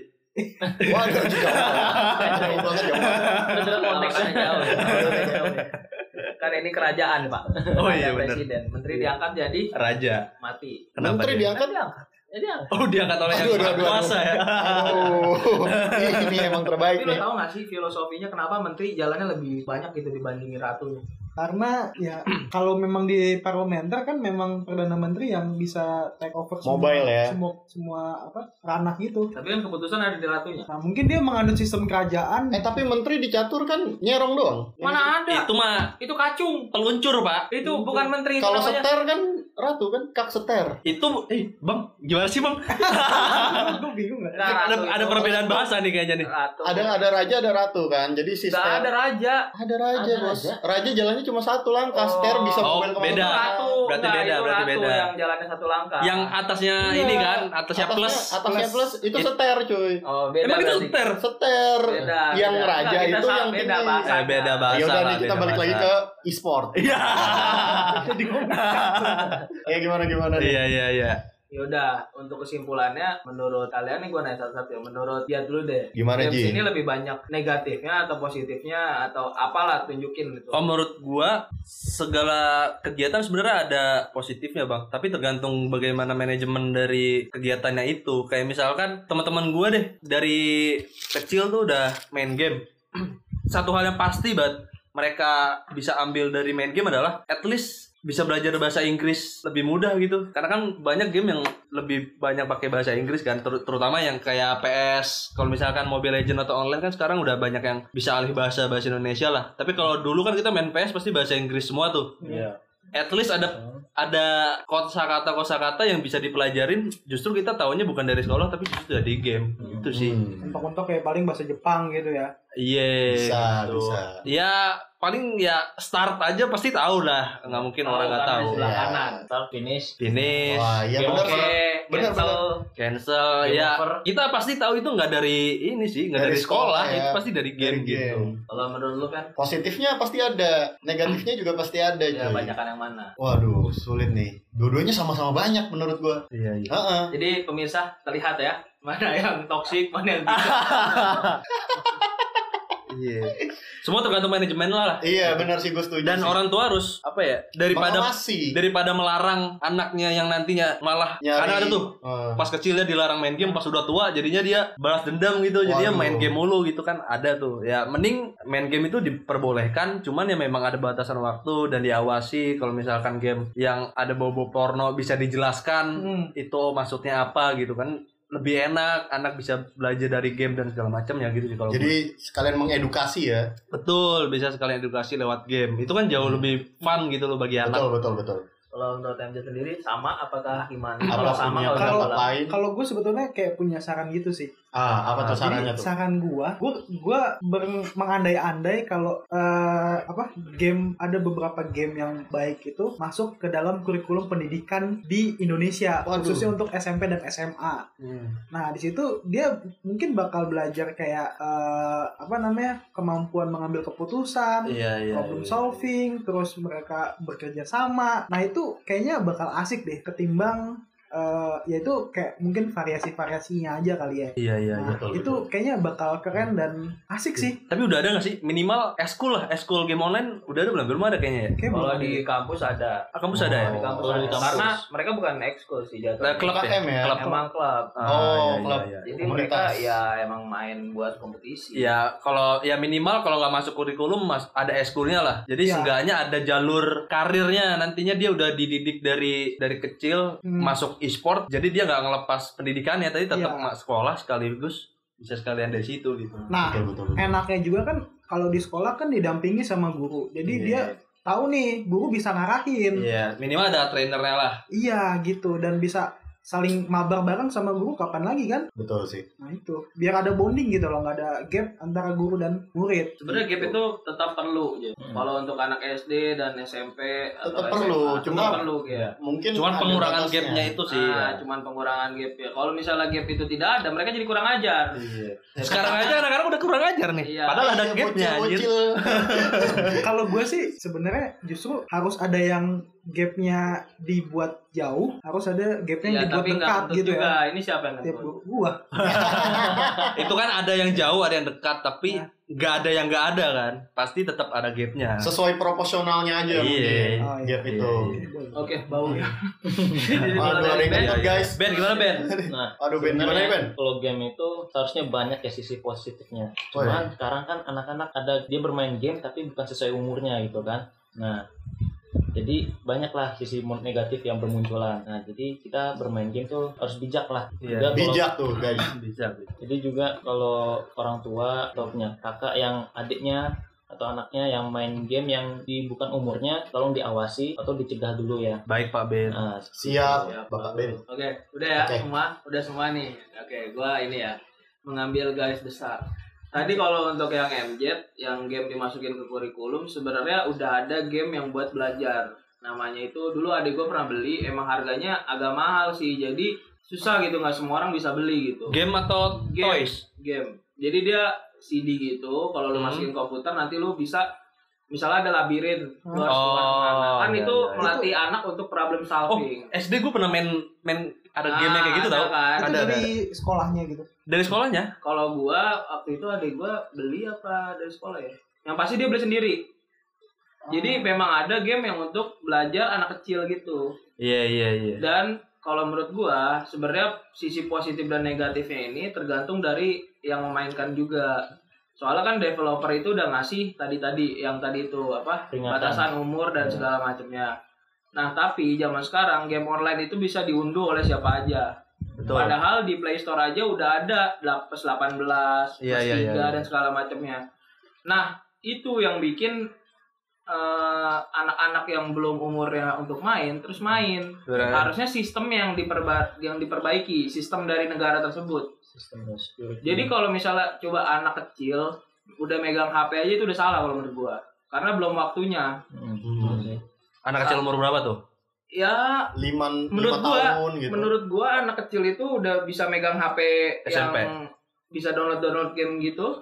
G: Waduh, jauh banget. Jauh banget jauh banget.
H: Bener-bener konteks.
E: Alasannya jauh ya. Jauh ya. Karena ini kerajaan pak.
C: Oh
E: Ada
C: iya benar.
E: Presiden, menteri diangkat jadi
C: Raja.
E: mati. Kan
C: Kenapa
G: Menteri
C: dia?
G: diangkat.
H: Jadi yang
C: Oh diangkat oleh
G: Aduh,
C: yang
G: aduh,
C: maha
G: aduh,
C: kuasa ya.
G: Oh, ini emang terbaik
E: Tapi lo
G: nih.
E: tau gak sih filosofinya kenapa menteri jalannya lebih banyak gitu dibandingin ratunya?
B: Karena ya kalau memang di parlementer kan memang perdana menteri yang bisa take over semua
G: Mobile ya.
B: semua semua apa ranah gitu.
E: Tapi kan keputusan ada di ratunya.
B: Nah, mungkin dia menganut sistem kerajaan.
G: Eh tapi menteri dicatur kan nyerong doang.
E: Mana ada?
C: Itu mah
E: Itu kacung.
C: peluncur pak.
E: Itu bukan menteri. itu
G: Kalau
E: namanya.
G: seter kan ratu kan kak seter.
C: Itu eh bang gimana sih bang?
B: gue Ah, bingung gak?
E: Nah,
C: ada,
E: ratu
C: ada
E: itu-
C: perbedaan bahasa nih kayaknya nih.
E: Ratu.
G: Ada ada raja ada ratu kan. Jadi si
E: Gak ada
G: seter.
E: raja.
G: Ada raja
H: Ada
G: bos.
H: raja.
G: Raja jalannya cuma satu langkah.
E: Oh.
G: Seter bisa
C: Oh,
G: mobil
C: beda.
E: Itu ratu.
C: Berarti
E: Nggak,
C: beda,
E: itu
C: berarti
E: ratu
C: beda.
E: yang jalannya satu langkah.
C: Yang atasnya
G: Iya.
C: ini kan, atasnya plus.
G: Atasnya plus itu
C: It-
G: seter cuy.
E: Oh beda.
C: Emang itu
E: berarti.
C: seter.
G: Seter.
E: Beda.
G: Yang
E: beda.
G: raja
E: Nggak, kita
G: itu
E: sama,
G: yang
E: beda
G: tinggi.
E: bahasa.
C: Eh, beda bahasa.
G: Ya udah nih
C: lah,
G: kita
C: beda
G: balik lagi
C: bahasa.
G: ke e-sport.
C: Iya.
G: Ya gimana gimana nih?
C: Iya iya iya.
E: Ya udah, untuk kesimpulannya menurut kalian nih gue naik satu-satu ya. Menurut dia dulu deh.
G: Gimana
E: Games
G: Ji?
E: ini lebih banyak negatifnya atau positifnya atau apalah tunjukin gitu.
C: Kalau Oh, menurut gua segala kegiatan sebenarnya ada positifnya bang, tapi tergantung bagaimana manajemen dari kegiatannya itu. Kayak misalkan teman-teman gua deh dari kecil tuh udah main game. Satu hal yang pasti buat mereka bisa ambil dari main game adalah at least bisa belajar bahasa Inggris lebih mudah gitu. Karena kan banyak game yang lebih banyak pakai bahasa Inggris kan, ter- terutama yang kayak PS. Kalau misalkan Mobile Legends atau online kan sekarang udah banyak yang bisa alih bahasa bahasa Indonesia lah. Tapi kalau dulu kan kita main PS pasti bahasa Inggris semua tuh.
H: Iya.
C: At least ada ada kosakata kosakata yang bisa dipelajarin. Justru kita taunya bukan dari sekolah tapi justru dari game. Itu sih.
G: Hmm.
B: Untuk-untuk kayak paling bahasa Jepang gitu ya.
C: Iya.
G: Bisa,
C: gitu.
G: bisa.
C: Ya paling ya start aja pasti tahu lah. Nggak mungkin orang nggak
E: Tahu,
C: tahu.
E: kan, sebelah
G: Iya.
E: kanan.
H: Start finish.
C: Finish,
G: Wah, iya
H: Game
G: benar.
H: over.
G: Bener,
E: Cancel.
G: Oh.
C: cancel.
H: Game
C: ya
H: over.
C: kita pasti tahu itu nggak dari ini sih, nggak
G: Dari
C: dari, sekolah,
G: sekolah ya.
C: itu pasti dari game,
G: Dari game.
C: gitu.
E: Kalau menurut lu kan
G: Positifnya pasti ada, negatifnya juga pasti ada.
E: ya
G: cuy.
E: banyakan yang mana?
G: Waduh, sulit nih. Dua-duanya sama-sama banyak menurut gua.
C: Iya iya.
G: Heeh.
E: Jadi pemirsa terlihat ya mana yang toksik, mana yang tidak.
C: Iya. Semua tergantung manajemen lah.
G: Iya benar sih gue setuju.
C: Dan
G: sih.
C: orang tua harus apa ya? Daripada
G: Mengawasi.
C: daripada melarang anaknya yang nantinya malah
G: Nyari-
C: karena ada tuh
G: Eh,
C: pas kecilnya dilarang main game pas udah tua jadinya dia balas dendam gitu jadinya
G: Waduh.
C: main game mulu gitu kan ada tuh ya mending main game itu diperbolehkan cuman ya memang ada batasan waktu dan diawasi kalau misalkan game yang ada bobo porno bisa dijelaskan
B: Hmm.
C: itu maksudnya apa gitu kan lebih enak anak bisa belajar dari game dan segala macam ya gitu sih kalau
G: jadi sekalian mengedukasi ya.
C: betul bisa sekalian edukasi lewat game itu kan
G: Hmm.
C: jauh lebih fun gitu loh bagi anak
G: Betul betul betul.
E: Kalau untuk TMJ sendiri sama apakah gimana?
G: Apa
E: Kalau sama
G: punya
E: kalau
B: kalau-
G: pendapat lain?
B: Hmm. Kalau gue sebetulnya kayak punya saran gitu sih.
G: Ah apa tuh
C: Nah,
G: sarannya
B: Jadi
G: tuh?
B: saran gua, gua gua ber- mengandai-andai kalau eh, apa game ada beberapa game yang baik itu masuk ke dalam kurikulum pendidikan di Indonesia
G: Waduh. Hmm.
B: khususnya untuk SMP dan SMA. Nah di situ dia mungkin bakal belajar kayak eh, apa namanya kemampuan mengambil keputusan.
C: iya iya
B: problem
C: iya.
B: solving, terus mereka bekerja sama. Nah itu kayaknya bakal asik deh ketimbang eh, ya yaitu kayak mungkin variasi-variasinya aja kali ya.
C: iya iya iya.
B: Nah,
G: betul,
B: itu kayaknya bakal keren
E: Hmm.
B: dan asik sih.
C: Tapi udah ada gak sih minimal eskul lah, eskul game online udah ada belum? Belum ada kayaknya ya.
B: Kayak
E: Kalau
B: belum
E: di kampus ada,
C: Ah, kampus ada ya?
E: di kampus
G: Oh,
E: ada.
G: di kampus.
E: Karena mereka bukan ekskul sih
C: Nah,
E: jatuhnya.
C: klub ya?
G: KKM ya?
C: Klub.
E: Emang klub.
C: Ah,
G: Oh,
C: iya,
G: klub.
C: Iya, iya.
E: Jadi mereka
G: Komunitas. Iya.
E: ya emang main buat kompetisi.
C: Ya, kalau ya minimal kalau nggak masuk kurikulum mas ada eskulnya lah. Jadi
B: Iya.
C: seenggaknya ada jalur karirnya nantinya dia udah dididik dari dari kecil
B: Hmm.
C: masuk e-sport. Jadi dia nggak ngelepas pendidikannya tadi
B: Iya.
C: tetap ma- sekolah sekaligus bisa sekalian dari situ gitu.
B: Nah,
G: Betul betul. betul.
B: enaknya juga kan kalau di sekolah kan didampingi sama guru. Jadi
E: Iya,
B: dia tahu nih guru bisa ngarahin.
C: Iya, minimal ada trainernya lah.
B: Iya gitu dan bisa saling mabar bareng sama guru kapan lagi kan?
G: Betul sih.
B: Nah itu biar ada bonding gitu loh, nggak ada gap antara guru dan murid.
E: Sebenarnya gap itu tetap perlu ya. Kalau untuk anak SD dan SMP atau
G: Tetap perlu,
E: SMA,
G: cuma- Iya.
E: tetap perlu
B: Iya.
E: ya.
G: Mungkin
C: Cuman
G: Iya, ada
C: pengurangan
G: batasnya.
C: gapnya itu sih. ya.
E: Ah, cuman pengurangan gap ya. Kalau misalnya gap itu tidak ada, mereka jadi kurang ajar.
C: Iya. Sekarang aja anak-anak udah kurang ajar nih.
E: Iya.
C: Padahal ada
G: Iya,
C: gapnya anjir.
G: bocil-bocil.
B: Kalau gue sih sebenarnya justru harus ada yang gapnya dibuat jauh, harus ada gapnya yang
E: Ya,
B: dibuat
E: tapi nggak
B: dekat
E: kentut
B: gitu
E: juga.
B: ya.
E: Ini siapa yang
B: Tiap
E: ngentut?
B: gua- gua
C: itu kan ada yang jauh ada yang dekat tapi
B: Nah.
C: nggak ada yang nggak ada kan pasti tetap ada gapnya
G: Sesuai proporsionalnya aja
C: Iya.
G: mungkin.
B: Oh, iya.
G: Gap itu.
E: Oke, bau ya.
C: iya.
G: Waduh, ada yang
E: Ben,
G: kentut, guys.
C: Ben gimana Ben
H: Nah,
G: Aduh Ben, gimana
H: sebenarnya
G: nih Ben?
H: Kalau game itu seharusnya banyak ya sisi positifnya.
G: Oh,
H: Cuman sekarang kan anak-anak ada dia bermain game tapi bukan sesuai umurnya gitu kan. Nah, jadi banyaklah sisi mon- negatif yang bermunculan. Nah, jadi kita bermain game tuh harus bijak lah.
C: Iya.
H: Juga kalau-
G: Bijak tuh guys.
C: bisa
H: Jadi juga kalau orang tua atau punya kakak yang adiknya atau anaknya yang main game yang di bukan umurnya tolong diawasi atau dicegah dulu ya.
C: baik Pak Ben
H: Nah,
G: Siap,
E: Siap.
G: Bapak Ben.
E: Oke, udah ya
G: Oke.
E: semua, udah semua nih. Oke, gua ini ya mengambil garis besar. Tadi kalau untuk yang MZ, yang game dimasukin ke kurikulum, sebenarnya udah ada game yang buat belajar. Namanya itu dulu adik gue pernah beli, emang harganya agak mahal sih, jadi susah gitu nggak semua orang bisa beli gitu.
C: game atau
E: Game.
C: toys
E: game. Jadi dia CD gitu, kalau lu
C: Hmm.
E: masukin komputer nanti lu bisa misalnya ada labirin, lu harus
C: Oh,
E: keluar kemana. Kan
C: iya,
E: itu
C: iya, iya.
E: melatih anak untuk problem solving.
C: SD gue pernah main main ada game kayak gitu
E: ada
C: tau
E: kan.
B: Itu
C: Ada, ada,
B: dari sekolahnya gitu.
C: dari sekolahnya
E: Kalau gua waktu itu adik gua beli apa dari sekolah ya? Yang pasti dia beli sendiri. Jadi memang ada game yang untuk belajar anak kecil gitu.
C: iya iya iya
E: Dan kalau menurut gua sebenarnya sisi positif dan negatifnya ini tergantung dari yang memainkan juga. Soalnya kan developer itu udah ngasih tadi-tadi yang tadi itu apa
H: peringatan.
E: batasan umur dan
H: Iya.
E: segala macamnya. Nah, tapi zaman sekarang game online itu bisa diunduh oleh siapa aja.
C: betul
E: Padahal di Play Store aja udah ada lah, plus 18, plus
C: Iya, iya,
E: 3
C: iya, iya.
E: dan segala macamnya. Nah, itu yang bikin eh, anak-anak yang belum umurnya untuk main terus main.
C: Sebenarnya.
E: Harusnya sistem yang diperba yang diperbaiki, sistem dari negara tersebut.
H: Sistem security.
E: Jadi
C: Hmm.
E: kalau misalnya coba anak kecil udah megang HP aja itu udah salah kalau menurut gua. Karena belum waktunya.
H: Hmm.
G: Hmm.
C: anak kecil umur berapa tuh
E: Ya,
G: Lima,
E: Menurut
G: lima
E: gua-
G: tahun gitu.
E: Menurut gua anak kecil itu udah bisa megang HP
C: SMP.
E: yang bisa download download game gitu.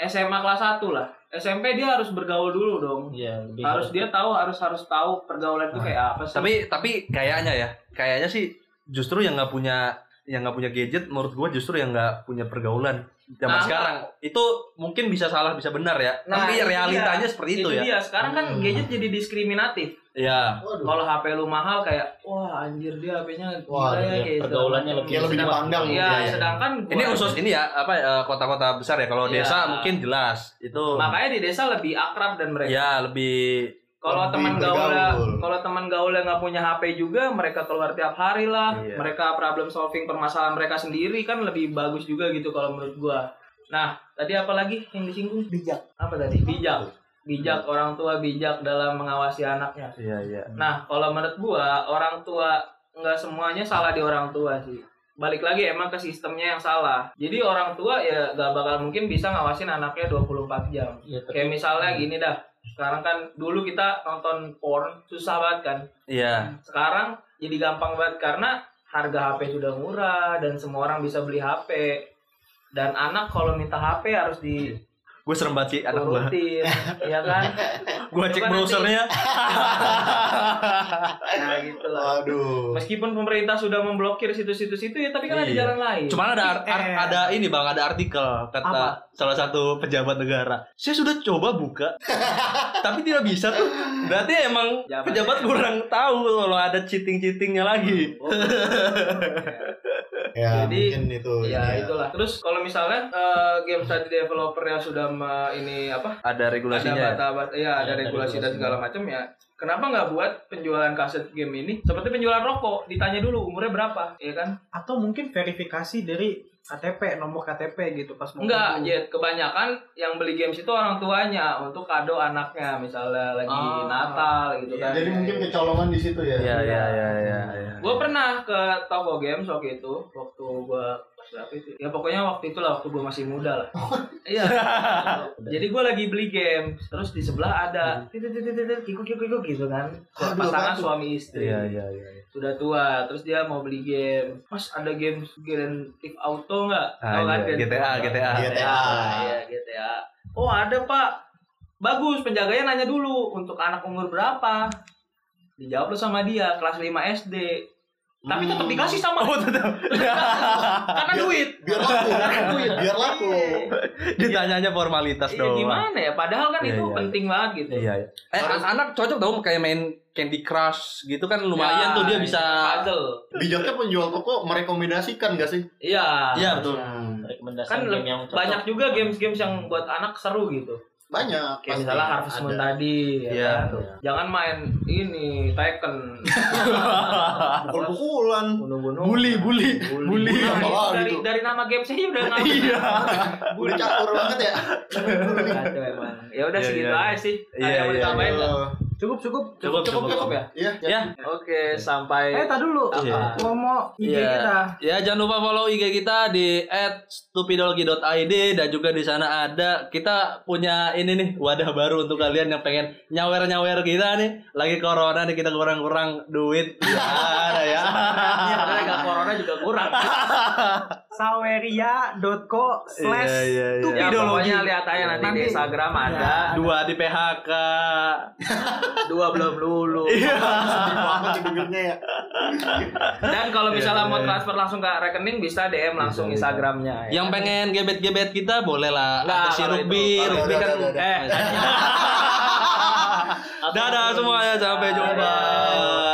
E: SMA kelas 1 lah. SMP dia harus bergaul dulu dong.
H: Iya, lebih
E: Harus dia tahu harus harus tahu pergaulan itu kayak apa sih.
C: tapi tapi kayaknya ya kayaknya sih justru yang nggak punya yang nggak punya gadget menurut gua justru yang nggak punya pergaulan zaman
E: Nah,
C: sekarang itu mungkin bisa salah bisa benar ya
E: Nah,
C: tapi
E: itu
C: realitanya seperti itu, ya
E: dia. Sekarang kan
H: Hmm.
E: gadget jadi diskriminatif.
C: ya
G: Waduh.
E: Kalau HP lu mahal kayak wah anjir dia HP-nya gila
G: Wah,
E: ya
H: iya,
E: kayak segala
H: pergaulannya
E: macam.
H: lebih-
G: Ya, lebih
E: Sedangkan-
G: dipandang.
E: Iya,
G: Iya, iya.
E: sedangkan gua
C: ini khusus ini ya apa eh, kota-kota besar ya kalau
E: Iya.
C: desa mungkin jelas itu
E: makanya di desa lebih akrab dan mereka
C: ya lebih
E: Kalau
G: Lebih
E: teman
G: bergaul.
E: gaulnya, kalau teman gaulnya nggak punya HP juga, mereka keluar tiap hari lah.
C: Iya.
E: Mereka problem solving permasalahan mereka sendiri kan lebih bagus juga gitu kalau menurut gua. Nah, tadi apa lagi yang disinggung?
B: bijak
E: Apa tadi? Bijak. Bijak orang tua bijak dalam mengawasi anaknya.
C: iya iya
E: Nah, kalau menurut gua orang tua nggak semuanya salah di orang tua sih. Balik lagi emang ke sistemnya yang salah. Jadi orang tua ya nggak bakal mungkin bisa ngawasin anaknya 24 jam.
H: Iya, tapi-
E: Kayak
C: Hmm.
E: misalnya gini dah, sekarang kan dulu kita nonton porn susah banget kan.
C: iya
E: Sekarang jadi gampang banget karena harga HP sudah murah dan semua orang bisa beli HP. Dan anak kalau minta HP harus diturutin,
C: gue serem banget sih anak gue
E: ya kan?
C: gue cek
E: Itu kan
C: browsernya
E: Nah gitu lah.
G: Waduh.
E: Meskipun pemerintah sudah memblokir situs-situs itu ya, tapi kan ada
C: Iya.
E: jalan lain.
C: Cuman ada ar- ar- ada ini bang, ada artikel kata
E: Apa?
C: salah satu pejabat negara. Saya sudah coba buka, tapi tidak bisa tuh. Berarti emang
E: Jabat-
C: pejabat kurang tahu kalau ada cheating-cheatingnya lagi.
G: Ya,
E: Jadi,
G: mungkin itu.
C: Oh, iya.
G: iya.
E: ya
G: ini
E: itulah. Terus kalau misalnya eh, game study developer yang sudah me- ini apa
C: Ada
E: ada
C: regulasinya.
E: bata bata ya, ada
H: ada
E: regulasi dan
H: regulasinya.
E: segala macam ya kenapa nggak buat penjualan kaset game ini seperti penjualan rokok ditanya dulu umurnya berapa ya kan
B: atau mungkin verifikasi dari KTP nomor KTP gitu pas mau
E: enggak ya.
B: nunggu.
E: Jet. kebanyakan yang beli games itu orang tuanya untuk kado anaknya misalnya lagi
B: Ah.
E: Natal gitu
G: ya.
E: kan
G: Jadi mungkin kecolongan di situ ya.
C: Iya iya iya iya. Ya.
E: gue pernah ke toko games waktu itu waktu gue berapa itu ya pokoknya waktu itulah waktu gue masih muda lah iya jadi gue lagi beli game terus di sebelah ada titit titit titit kikuk kikuk kikuk gitu kan
G: Aduh,
E: pasangan
G: aduh.
E: suami istri
C: Iya iya iya.
E: sudah tua terus dia mau beli game mas ada game Grand Theft Auto nggak
C: Ah,
E: Tahu kan
C: iya.
E: Grand Theft
C: GTA,
E: Auto?
C: GTA.
G: GTA.
E: iya GTA oh ada pak bagus penjaganya nanya dulu untuk anak umur berapa dijawab lu sama dia kelas 5 SD tapi tetap
G: Hmm.
E: dikasih sama
C: Oh tetap
E: karena
G: Biar-
E: duit
G: Biar laku, biar laku.
C: ditanyanya formalitas
E: Iya
C: doang.
E: gimana ya padahal kan
C: Iya,
E: itu
C: iya.
E: penting banget gitu
C: Iya. iya. Eh
E: Harus-
C: anak cocok dong kayak main Candy Crush gitu kan lumayan
E: Ya,
C: tuh dia bisa.
E: puzzle
G: Bijaknya penjual toko merekomendasikan gak sih?
E: iya
C: Iya betul.
G: Hmm,
H: rekomendasi
E: Kan
H: game yang cocok.
E: banyak juga games-games yang buat anak seru gitu
G: Banyak.
E: kayak
G: pasti.
E: misalnya Harvest Moon
G: Ada.
E: tadi ya
C: Iya.
E: kan? jangan main ini Tekken
G: Pukul-pukulan.
E: bunuh-bunuh
C: Bully, bully, bully.
E: Nah, itu
G: Oh,
E: dari
G: gitu.
E: dari nama game saya udah ngambil
C: Iya.
G: Udah cakur banget ya.
E: Kacau emang. ya udah
C: Iya,
E: segitu
C: iya,
E: aja sih ada
C: Iya,
E: yang mau
C: iya,
E: ditambahin nggak?
B: cukup cukup
C: Cukup
E: cukup
C: cukup.
E: cukup ya
G: Iya.
C: Ya,
E: oke sampai
B: eh tak dulu
E: Apa?
C: Iya.
B: mau mau IG
C: Iya.
B: kita
C: Ya jangan lupa follow IG kita di @stupidology.id dan juga di sana ada kita punya ini nih wadah baru untuk kalian yang pengen nyawer-nyawer kita nih. Lagi corona nih kita kurang-kurang duit. Ya ada ya.
E: karena nggak corona juga kurang
B: saweria.co slash
C: Iya, iya, iya.
E: ya
B: tupidologi
E: pokoknya lihat aja nanti, di
B: Nanti-
E: Instagram ada
C: Dua di PHK.
E: dua belum lulu
C: Iya.
G: Sedih banget sih dengernya ya.
E: dan kalau misalnya
C: Iya,
E: mau
C: iya.
E: transfer langsung ke rekening bisa DM langsung
C: Bisa, bisa.
E: Instagramnya ya.
C: Yang pengen gebet-gebet kita boleh lah.
E: Nggak,
C: Atau si
E: kalau itu.
C: Ruby,
G: Kalau
C: Ruby
G: ada,
C: kan
G: ada, ada.
C: eh.
H: Atau-
C: Dadah semuanya sampai jumpa.
E: Dadah.